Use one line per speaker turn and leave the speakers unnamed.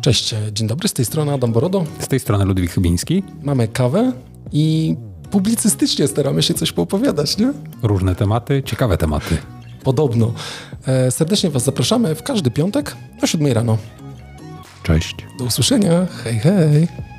Cześć, e, dzień dobry, z tej strony Adam Borodo.
Z tej strony Ludwik Chybiński.
Mamy kawę i publicystycznie staramy się coś poopowiadać, nie?
Różne tematy, ciekawe tematy.
Podobno. E, serdecznie Was zapraszamy w każdy piątek o 7 rano.
Cześć.
Do usłyszenia. Hej, hej.